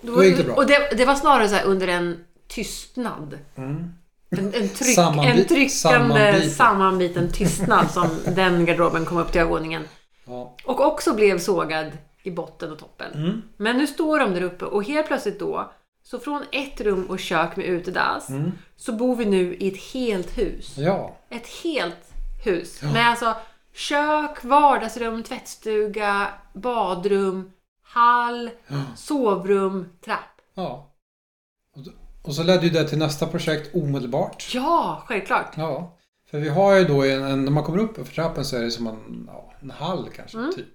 Speaker 2: Då,
Speaker 1: gick det bra.
Speaker 2: Och det, det var snarare så här under en tystnad. En, en, tryck,
Speaker 1: Mm. Sammanbi-
Speaker 2: en tryckande,
Speaker 1: sammanbiten.
Speaker 2: sammanbiten. tystnad som (laughs) den garderoben kom upp till övervåningen.
Speaker 1: Ja,
Speaker 2: Och också blev sågad i botten och toppen.
Speaker 1: Mm.
Speaker 2: Men nu står de där uppe och helt plötsligt då, så från ett rum och kök med utedass,
Speaker 1: Mm.
Speaker 2: så bor vi nu i ett helt hus.
Speaker 1: ja.
Speaker 2: Ett helt hus. Med alltså kök, vardagsrum, tvättstuga, badrum, hall, sovrum, trapp.
Speaker 1: ja. Och då- Och så ledde ju det till nästa projekt omedelbart.
Speaker 2: Ja, självklart.
Speaker 1: Ja, för vi har ju då en, en när man kommer upp för trappen så är det som en, ja, en hall kanske,
Speaker 2: Mm.
Speaker 1: typ.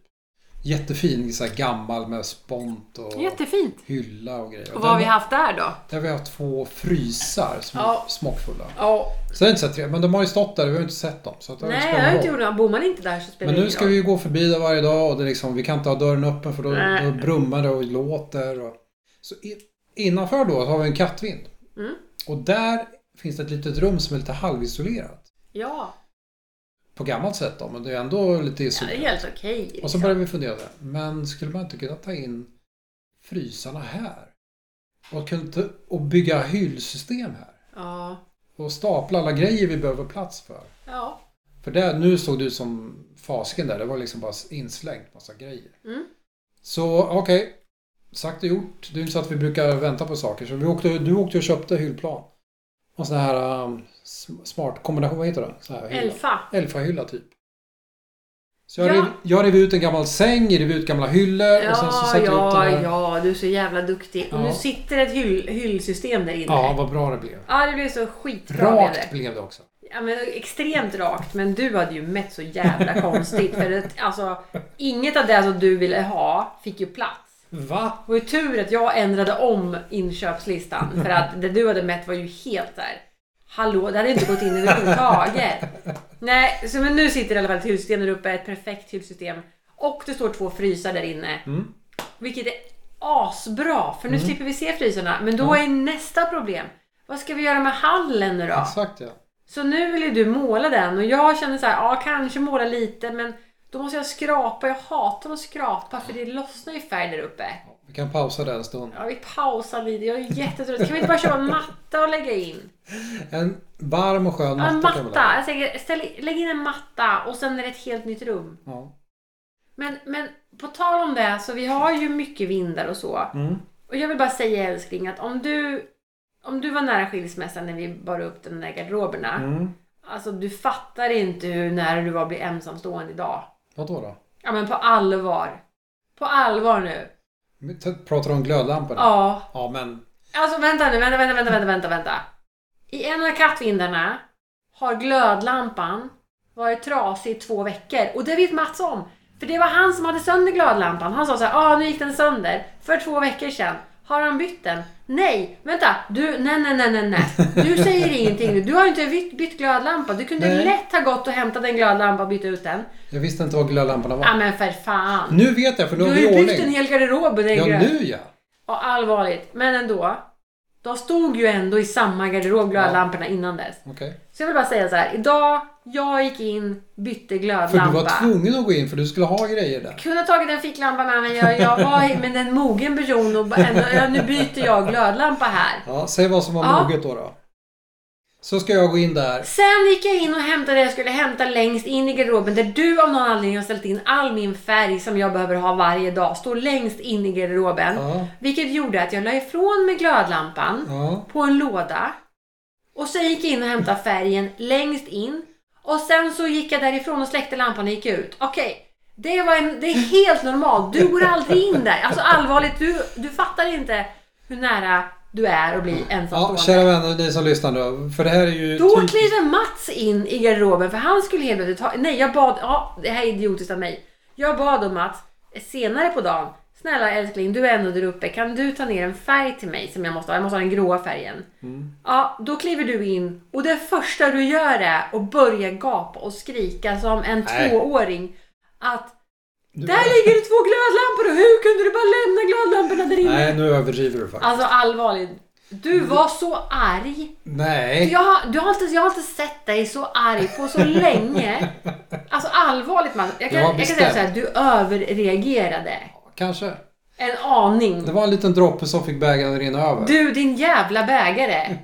Speaker 1: Jättefin, så här gammal med spont och
Speaker 2: Jättefint.
Speaker 1: hylla och grejer.
Speaker 2: Och vad har vi
Speaker 1: där,
Speaker 2: haft där då?
Speaker 1: där vi har två frysar som
Speaker 2: Ja.
Speaker 1: är smockfulla.
Speaker 2: Ja,
Speaker 1: Så jag har inte sett det, men de har ju stått där, vi har ju inte sett dem. Så att det
Speaker 2: nej,
Speaker 1: spelar
Speaker 2: jag har
Speaker 1: roll.
Speaker 2: inte gjort något. Bor man inte där så spelar
Speaker 1: Men
Speaker 2: det
Speaker 1: nu
Speaker 2: ingen
Speaker 1: ska
Speaker 2: roll.
Speaker 1: vi ju gå förbi där varje dag och det är liksom, vi kan inte ha dörren öppen för då,
Speaker 2: Nej.
Speaker 1: då brummar det och låter. Och... Så i, innanför då så har vi en kattvind.
Speaker 2: Mm.
Speaker 1: Och där finns det ett litet rum som är lite halvisolerat.
Speaker 2: Ja,
Speaker 1: på gammalt sätt då, men det är ändå lite
Speaker 2: ja, det är
Speaker 1: isolerat.
Speaker 2: helt okej. liksom.
Speaker 1: och så började vi fundera, där, men skulle man inte kunna ta in frysarna här? Och, kunde, inte- och bygga hyllsystem här?
Speaker 2: Ja.
Speaker 1: Och stapla alla grejer vi behöver plats för?
Speaker 2: Ja.
Speaker 1: För där, nu såg du som fasken där, det var liksom bara inslängt massa grejer.
Speaker 2: Mm.
Speaker 1: Så okej, sagt och gjort. Det är ju inte så att vi brukar vänta på saker. Så vi åkte, du åkte och köpte hyllplan. Och sån här um, sm- smart kombination, vad heter det? Sån här hylla.
Speaker 2: Elfa.
Speaker 1: Elfahylla typ. Så jag,
Speaker 2: Ja.
Speaker 1: rev, jag rev ut en gammal säng, rev ut gamla hyllor och sen så
Speaker 2: Ja,
Speaker 1: satte jag upp den
Speaker 2: ja,
Speaker 1: här.
Speaker 2: ja, du är så jävla duktig. Och
Speaker 1: Ja.
Speaker 2: nu sitter ett hyll, hyllsystem där inne.
Speaker 1: ja, vad bra det blev.
Speaker 2: Ja, det blev så skitbra. blev
Speaker 1: Rakt
Speaker 2: det.
Speaker 1: blev det också.
Speaker 2: Ja, men extremt rakt, men du hade ju mätt så jävla konstigt. För att, alltså, inget av det som du ville ha fick ju plats.
Speaker 1: Va?
Speaker 2: Det var ju tur att jag ändrade om inköpslistan. För att det du hade mätt var ju helt där. Hallå, det hade inte gått in överhuvudtaget. Nej, så men nu sitter i alla fall ett hylsystem där uppe. Ett perfekt hylsystem. Och det står två frysar där inne. Vilket är asbra, för nu slipper vi se frysarna. Men då är nästa problem. Vad ska vi göra med hallen nu då?
Speaker 1: Exakt ja.
Speaker 2: Så nu vill ju du måla den och jag känner så här, ja kanske måla lite men då måste jag skrapa. Jag hatar att skrapa för det lossnar ju färg där uppe.
Speaker 1: Vi kan pausa där en stund.
Speaker 2: Ja, vi pausar lite. Jag är jättetrött. Kan vi inte bara köpa en matta och lägga in?
Speaker 1: En varm och skön
Speaker 2: Ja, en
Speaker 1: matta kan vi lägga.
Speaker 2: matta. Jag tänker, ställ, lägg in en matta och sen är det ett helt nytt rum.
Speaker 1: Ja.
Speaker 2: Men, men på tal om det, så vi har ju mycket vindar och så.
Speaker 1: Mm.
Speaker 2: Och jag vill bara säga älskling att om du, om du var nära skilsmässan när vi bar upp de där garderoberna.
Speaker 1: Mm.
Speaker 2: Alltså du fattar inte hur nära du var att bli ensamstående idag.
Speaker 1: Vadå då?
Speaker 2: Ja men på allvar. På allvar nu.
Speaker 1: Vi t- Pratar om glödlamporna?
Speaker 2: Ja.
Speaker 1: Ja, men
Speaker 2: Alltså vänta nu, vänta, vänta, vänta, vänta, vänta, vänta. I en av kattvindarna har glödlampan varit trasig i två veckor. Och det vet Mats om. För det var han som hade sönder glödlampan. Han sa så här, ah nu gick den sönder. För två veckor sedan. Har han bytt den? Nej, vänta. Du, nej, nej, nej, nej, nej. Du säger
Speaker 1: (laughs)
Speaker 2: ingenting nu. Du har ju inte bytt, bytt glödlampa. Du kunde
Speaker 1: Nej.
Speaker 2: lätt ha gått och hämtat en glödlampa och bytt ut den.
Speaker 1: jag visste inte vad glödlamporna var.
Speaker 2: Ja men för fan.
Speaker 1: Nu vet jag, för nu
Speaker 2: Du
Speaker 1: har
Speaker 2: har
Speaker 1: vi
Speaker 2: ju byggt en
Speaker 1: ordning.
Speaker 2: hel garderob och det är
Speaker 1: Ja,
Speaker 2: grönt.
Speaker 1: nu ja.
Speaker 2: Ja, allvarligt. Men ändå. De stod ju ändå i samma garderob, glödlamporna, innan dess.
Speaker 1: Okej.
Speaker 2: Så jag vill bara säga så här. Idag, jag gick in, bytte
Speaker 1: För du
Speaker 2: glödlampa.
Speaker 1: var tvungen att gå in, för du skulle ha grejer där.
Speaker 2: kunde ha tagit en ficklampa med mig. Jag, jag var men en mogen person och bara ändå, ja, nu byter jag glödlampa här.
Speaker 1: Ja, säg vad som var
Speaker 2: Ja.
Speaker 1: moget då, då. Så ska jag gå in där.
Speaker 2: Sen gick jag in och hämtade det jag skulle hämta längst in i garderoben där du av någon anledning har ställt in all min färg som jag behöver ha varje dag. Står längst in i garderoben.
Speaker 1: Ja,
Speaker 2: Vilket gjorde att jag la ifrån mig glödlampan.
Speaker 1: ja.
Speaker 2: på en låda. Och sen gick jag in och hämtade färgen längst in. Och sen så gick jag därifrån och släckte lampan och gick ut. Okej, det, var en, det är helt normalt. Du går aldrig in där. Alltså allvarligt, du, du fattar inte hur nära du är att bli
Speaker 1: ja
Speaker 2: ensamstående.
Speaker 1: kära vänner, ni som lyssnar nu. För det här är ju...
Speaker 2: Då
Speaker 1: typ-
Speaker 2: kliver Mats in i garderoben för han skulle helt plötsligt ha... Nej, jag bad... Ja, det här är idiotiskt av mig. Jag bad om Mats senare på dagen. Snälla älskling, du är ändå där uppe. Kan du ta ner en färg till mig som jag måste ha? Jag måste ha den gråa färgen.
Speaker 1: Mm.
Speaker 2: Ja, då kliver du in och det första du gör är att börja gapa och skrika som en
Speaker 1: Nej.
Speaker 2: tvååring. Att
Speaker 1: Du-
Speaker 2: där ligger det två glödlampor och hur kunde du bara lämna glödlamporna där inne?
Speaker 1: Nej, nu överdriver du faktiskt.
Speaker 2: Alltså allvarligt. Du var så arg.
Speaker 1: Nej.
Speaker 2: Jag, har- du har inte, jag har inte sett dig så arg på så länge. Alltså allvarligt man. Jag kan,
Speaker 1: Jag
Speaker 2: jag
Speaker 1: har
Speaker 2: kan säga så här,
Speaker 1: bestämt.
Speaker 2: du överreagerade.
Speaker 1: Kanske.
Speaker 2: En aning.
Speaker 1: Det var en liten droppe som fick bägaren att rinna över.
Speaker 2: Du din jävla bägare.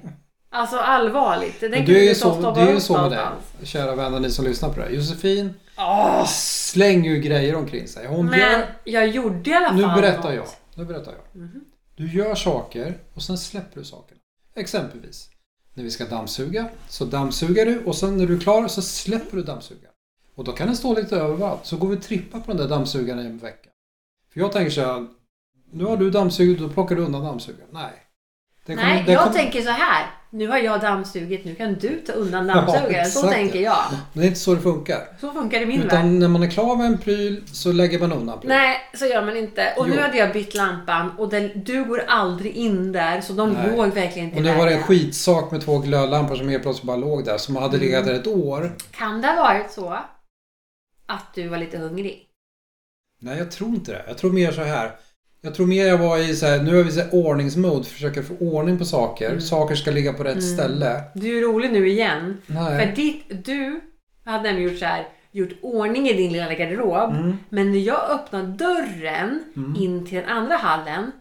Speaker 2: Alltså allvarligt. Det
Speaker 1: Men
Speaker 2: kan
Speaker 1: det är
Speaker 2: du
Speaker 1: ju
Speaker 2: inte
Speaker 1: så,
Speaker 2: stoppa
Speaker 1: det är ju
Speaker 2: upp
Speaker 1: så med dig,
Speaker 2: någonstans.
Speaker 1: kära vänner, ni som lyssnar på det här. Josefin
Speaker 2: Åh,
Speaker 1: slänger ju grejer omkring sig. Hon
Speaker 2: men
Speaker 1: gör...
Speaker 2: jag gjorde i alla fall
Speaker 1: Nu berättar
Speaker 2: något. Mhm.
Speaker 1: jag. Nu berättar jag. Du gör saker och sen släpper du sakerna. Exempelvis, när vi ska dammsuga så dammsugar du och sen när du är klar så släpper du dammsugaren. Och då kan den stå lite överallt. Så går vi och trippar på den där dammsugaren i en vecka. För jag tänker så här, nu har du dammsugit och plockar du undan dammsugaren. Nej. Den kommer-
Speaker 2: Nej,
Speaker 1: den
Speaker 2: jag
Speaker 1: kommer-
Speaker 2: tänker så här. Nu har jag dammsugit, nu kan du ta
Speaker 1: (laughs)
Speaker 2: undan
Speaker 1: Ja,
Speaker 2: dammsugaren. så
Speaker 1: exakt.
Speaker 2: tänker jag.
Speaker 1: Men det är inte så det funkar.
Speaker 2: Så funkar det i min värld.
Speaker 1: Utan när man är klar med en pryl så lägger man undan prylen.
Speaker 2: Nej, så gör man inte. Och nu
Speaker 1: typ. Jo.
Speaker 2: hade jag bytt lampan och den, du går aldrig in där så de
Speaker 1: Nej.
Speaker 2: låg verkligen inte
Speaker 1: Och
Speaker 2: i
Speaker 1: nu var det en
Speaker 2: vägen.
Speaker 1: skitsak med två glödlampor som helt plötsligt bara låg där som hade legat där ett år.
Speaker 2: Kan det ha varit så att du var lite hungrig?
Speaker 1: Nej, jag tror inte det. Jag tror mer så här. Jag tror mer jag var i så här, nu är vi i ordningsmode, försöker få ordning på saker.
Speaker 2: Mm.
Speaker 1: Saker ska ligga på rätt ställe.
Speaker 2: Du är rolig nu igen.
Speaker 1: Nej.
Speaker 2: Mm. För ditt, du hade nämligen gjort så här, gjort ordning i din lilla garderob.
Speaker 1: Mm.
Speaker 2: Men när jag öppnar dörren in till den andra hallen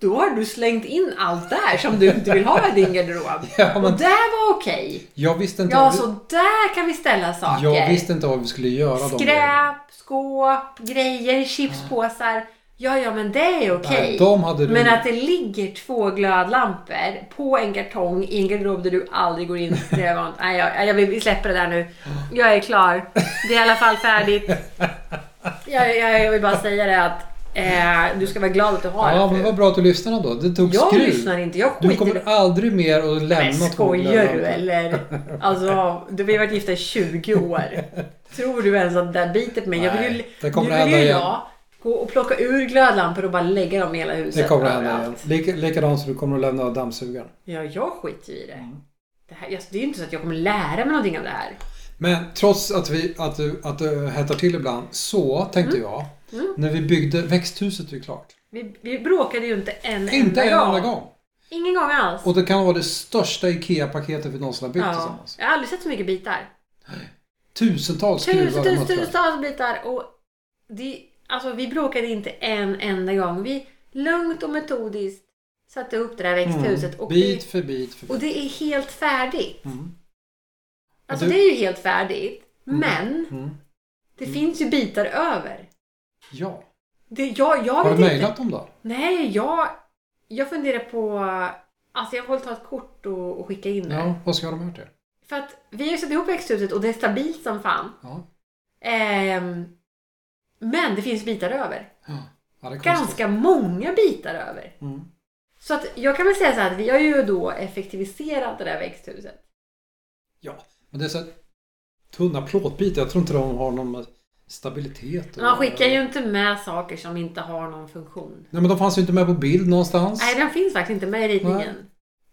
Speaker 2: då har du slängt in allt där som du inte vill ha i din garderob.
Speaker 1: (laughs) Ja, men-
Speaker 2: Och det var okej.
Speaker 1: Jag visste inte,
Speaker 2: Ja,
Speaker 1: vad vi,
Speaker 2: så där kan vi ställa saker.
Speaker 1: jag visste inte vad vi skulle göra. de grejerna.
Speaker 2: Skräp, skåp, grejer, chipspåsar. Ja, ja, men det är okej.
Speaker 1: Nej, de hade du.
Speaker 2: Men att det ligger två glödlampor på en kartong i en garderob där du aldrig går in. Det är vant- Nej, jag, jag, vill- vi släpper det där nu. Jag är klar. Det är i alla fall färdigt. Jag, jag, jag vill bara säga det att eh, du ska vara glad att du har
Speaker 1: Ja,
Speaker 2: det.
Speaker 1: men
Speaker 2: fru.
Speaker 1: vad bra att du lyssnade då. Det tog
Speaker 2: jag
Speaker 1: skruv.
Speaker 2: lyssnar inte. Jag
Speaker 1: Du
Speaker 2: skiter i
Speaker 1: kommer aldrig mer att
Speaker 2: men
Speaker 1: lämna två
Speaker 2: skojar du
Speaker 1: glödlampor.
Speaker 2: eller? Alltså, du, vi har varit gifta i 20 år. Tror du ens att det där biter på mig? Jag vill ju,
Speaker 1: Nej, det kommer
Speaker 2: nu
Speaker 1: att
Speaker 2: vill ju
Speaker 1: hända
Speaker 2: jag gå och plocka ur glödlampor och bara lägga dem i hela huset.
Speaker 1: Det kommer att hända igen.
Speaker 2: överallt.
Speaker 1: Lik, likadant som du kommer att lämna dammsugaren.
Speaker 2: Ja, jag skiter ju i det. Det, här, alltså, det är ju inte så att jag kommer lära mig någonting av det här.
Speaker 1: Men trots att, vi, att, du- att det hettar till ibland så tänkte jag.
Speaker 2: Mm.
Speaker 1: När vi byggde växthuset är ju klart.
Speaker 2: Vi, vi bråkade ju inte en
Speaker 1: Inte
Speaker 2: enda
Speaker 1: en
Speaker 2: gång.
Speaker 1: enda gång.
Speaker 2: Ingen gång alls.
Speaker 1: Och det kan vara det största IKEA-paketet vi någonsin har byggt
Speaker 2: ja.
Speaker 1: tillsammans.
Speaker 2: Jag har aldrig sett så mycket bitar.
Speaker 1: Tusentals skruvar. och muttrar.
Speaker 2: Tusentals bitar. Och det, alltså, vi bråkade inte en enda gång. Vi lugnt och metodiskt satte upp det där växthuset. Och,
Speaker 1: Mm. Bit
Speaker 2: det,
Speaker 1: för bit för bit.
Speaker 2: och det är helt färdigt.
Speaker 1: Mm.
Speaker 2: Alltså
Speaker 1: Och du-
Speaker 2: det är ju helt färdigt.
Speaker 1: Mm.
Speaker 2: Men
Speaker 1: Mm.
Speaker 2: det finns ju bitar över.
Speaker 1: Ja.
Speaker 2: Det, jag, jag
Speaker 1: Har
Speaker 2: vet
Speaker 1: du
Speaker 2: inte.
Speaker 1: mejlat dem då?
Speaker 2: Nej, jag, jag funderar på... Alltså jag håller ta ett kort och, och skicka in det.
Speaker 1: Ja, vad ska de här till?
Speaker 2: För att vi har ju satt ihop växthuset och det är stabilt som fan.
Speaker 1: Ja.
Speaker 2: Ehm, men det finns bitar över.
Speaker 1: Ja, det är konstigt.
Speaker 2: Ganska många bitar över.
Speaker 1: Mm.
Speaker 2: Så att jag kan väl säga så här att vi har ju då effektiviserat det där växthuset.
Speaker 1: Ja, men det är så här tunna plåtbitar. Jag tror inte de har någon stabilitet.
Speaker 2: Man skickar ju inte med saker som inte har någon funktion.
Speaker 1: Nej, men de fanns ju inte med på bild någonstans.
Speaker 2: Nej, den finns faktiskt inte med i ritningen.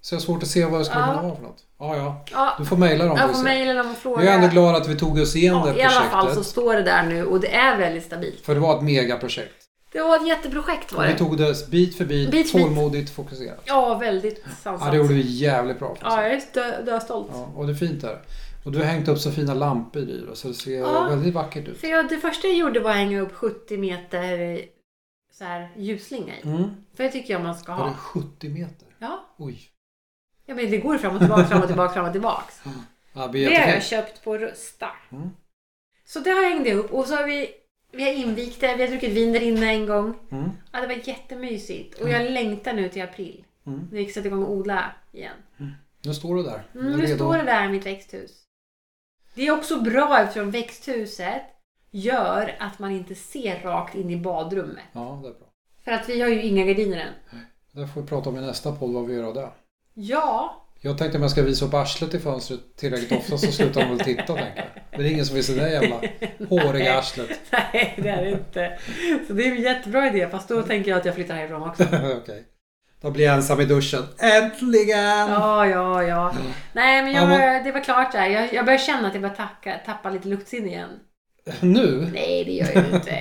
Speaker 1: Så jag har svårt att se vad det skulle
Speaker 2: Ja.
Speaker 1: kunna vara för något. Ja, ja.
Speaker 2: Ja,
Speaker 1: Du får mejla dem.
Speaker 2: jag
Speaker 1: får
Speaker 2: får
Speaker 1: se.
Speaker 2: mejla dem och fråga.
Speaker 1: Jag är ändå glad att vi tog oss igenom det
Speaker 2: ja, I
Speaker 1: projektet.
Speaker 2: alla fall så står det där nu och det är väldigt stabilt.
Speaker 1: För det var ett megaprojekt.
Speaker 2: Det var ett jätteprojekt var
Speaker 1: Och vi
Speaker 2: det.
Speaker 1: tog det bit för bit,
Speaker 2: Bit för bit.
Speaker 1: tålmodigt, fokuserat.
Speaker 2: Ja, väldigt sansat.
Speaker 1: Ja, det gjorde vi jävligt bra.
Speaker 2: Ja, jag är dö, dö stolt.
Speaker 1: Ja, och det är fint där. Och du har hängt upp så fina lampor i det, så det ser
Speaker 2: Ja.
Speaker 1: väldigt vackert ut.
Speaker 2: För jag, det första jag gjorde var att hänga upp 70 meter eh, så här, ljusslinga i.
Speaker 1: Mm.
Speaker 2: För det tycker jag man ska
Speaker 1: Var det
Speaker 2: ha.
Speaker 1: 70 meter?
Speaker 2: Ja,
Speaker 1: Oj.
Speaker 2: ja men det går fram och tillbaka, fram och tillbaka, fram och tillbaka.
Speaker 1: Ja, det blir
Speaker 2: Det har jag
Speaker 1: jättefint.
Speaker 2: köpt på Rusta.
Speaker 1: Mm.
Speaker 2: Så det har jag hängt upp och så har vi, vi har invigt det, vi har druckit vin där inne en gång.
Speaker 1: Mm.
Speaker 2: Ja, det var jättemysigt och jag längtar nu till april.
Speaker 1: Mm.
Speaker 2: När vi sätter igång och odla igen.
Speaker 1: Nu står du där.
Speaker 2: Mm,
Speaker 1: Du är
Speaker 2: nu
Speaker 1: redo.
Speaker 2: står det där i mitt växthus. Det är också bra eftersom växthuset gör att man inte ser rakt in i badrummet.
Speaker 1: Ja, det är bra.
Speaker 2: För att vi har ju inga gardiner än.
Speaker 1: Det får vi prata om i nästa podd, vad vi gör av det.
Speaker 2: Ja,
Speaker 1: Jag tänkte om jag ska visa upp arslet i fönstret tillräckligt ofta så slutar de väl titta, tänker jag. Men det är ingen som vill se det jävla håriga arslet.
Speaker 2: (laughs) nej det är det inte. Så det är en jättebra idé fast då tänker jag att jag flyttar härifrån också.
Speaker 1: (laughs) Okej. Då blir jag ensam i duschen. Äntligen!
Speaker 2: Ja, ja, ja. Nej men
Speaker 1: Ja,
Speaker 2: jag,
Speaker 1: men-
Speaker 2: börjar- det var klart där. Jag, jag börjar känna att jag börjar tacka, tappa lite luktsinne igen.
Speaker 1: Nu?
Speaker 2: Nej det gör jag
Speaker 1: (laughs)
Speaker 2: ju inte.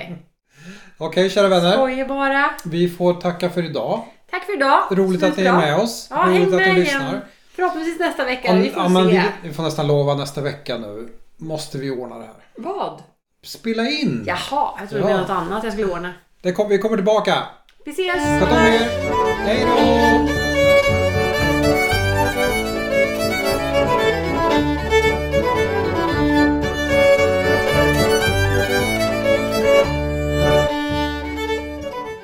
Speaker 1: Okej, kära vänner.
Speaker 2: Skojar bara.
Speaker 1: Vi får tacka för idag.
Speaker 2: Tack för idag.
Speaker 1: Roligt att ni är
Speaker 2: Superbra.
Speaker 1: med oss.
Speaker 2: Ja,
Speaker 1: Roligt
Speaker 2: häng
Speaker 1: att ni
Speaker 2: med
Speaker 1: lyssnar.
Speaker 2: igen. Förhoppningsvis nästa vecka.
Speaker 1: Om,
Speaker 2: vi får
Speaker 1: ja, men
Speaker 2: se.
Speaker 1: vi, vi får nästan lova nästa vecka nu. Måste vi ordna det här.
Speaker 2: Vad?
Speaker 1: Spela in!
Speaker 2: Jaha, jag trodde det
Speaker 1: Ja.
Speaker 2: var något annat jag skulle ordna.
Speaker 1: Det kom, vi kommer tillbaka.
Speaker 2: Vi ses!
Speaker 1: Sköt om er!